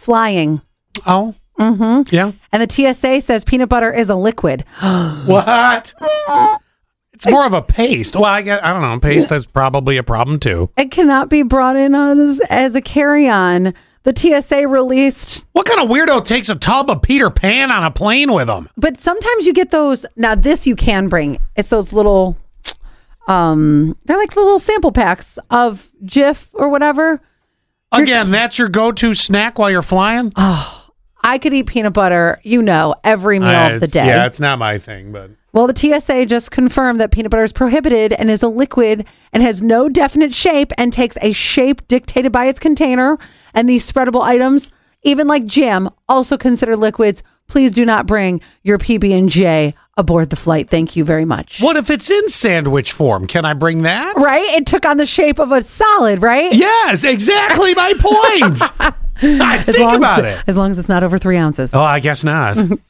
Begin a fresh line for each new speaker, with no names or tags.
flying.
Oh. Mm-hmm. Yeah.
And the TSA says peanut butter is a liquid.
What? It's more of a paste. Well, I guess, I don't know. Paste is probably a problem too.
It cannot be brought in as, as a carry on. The TSA released,
What kind of weirdo takes a tub of Peter Pan on a plane with them?
but sometimes you get those. Now, this you can bring. It's those little, um, they're like the little sample packs of Jif or whatever.
Again, that's your go-to snack while you're flying.
I could eat peanut butter, you know, every meal
Uh,
of the
it's-
day.
Yeah, it's not my thing, but
Well, the TSA just confirmed that peanut butter is prohibited and is a liquid and has no definite shape and takes a shape dictated by its container. And these spreadable items, even like jam, also considered liquids. Please do not bring your PB and J aboard the flight. Thank you very much.
what if it's in sandwich form? Can I bring that?
Right? It took on the shape of a solid, right?
Yes, exactly my point. I
As
think
long
about
as,
it.
As long as it's not over three ounces.
Oh, I guess not.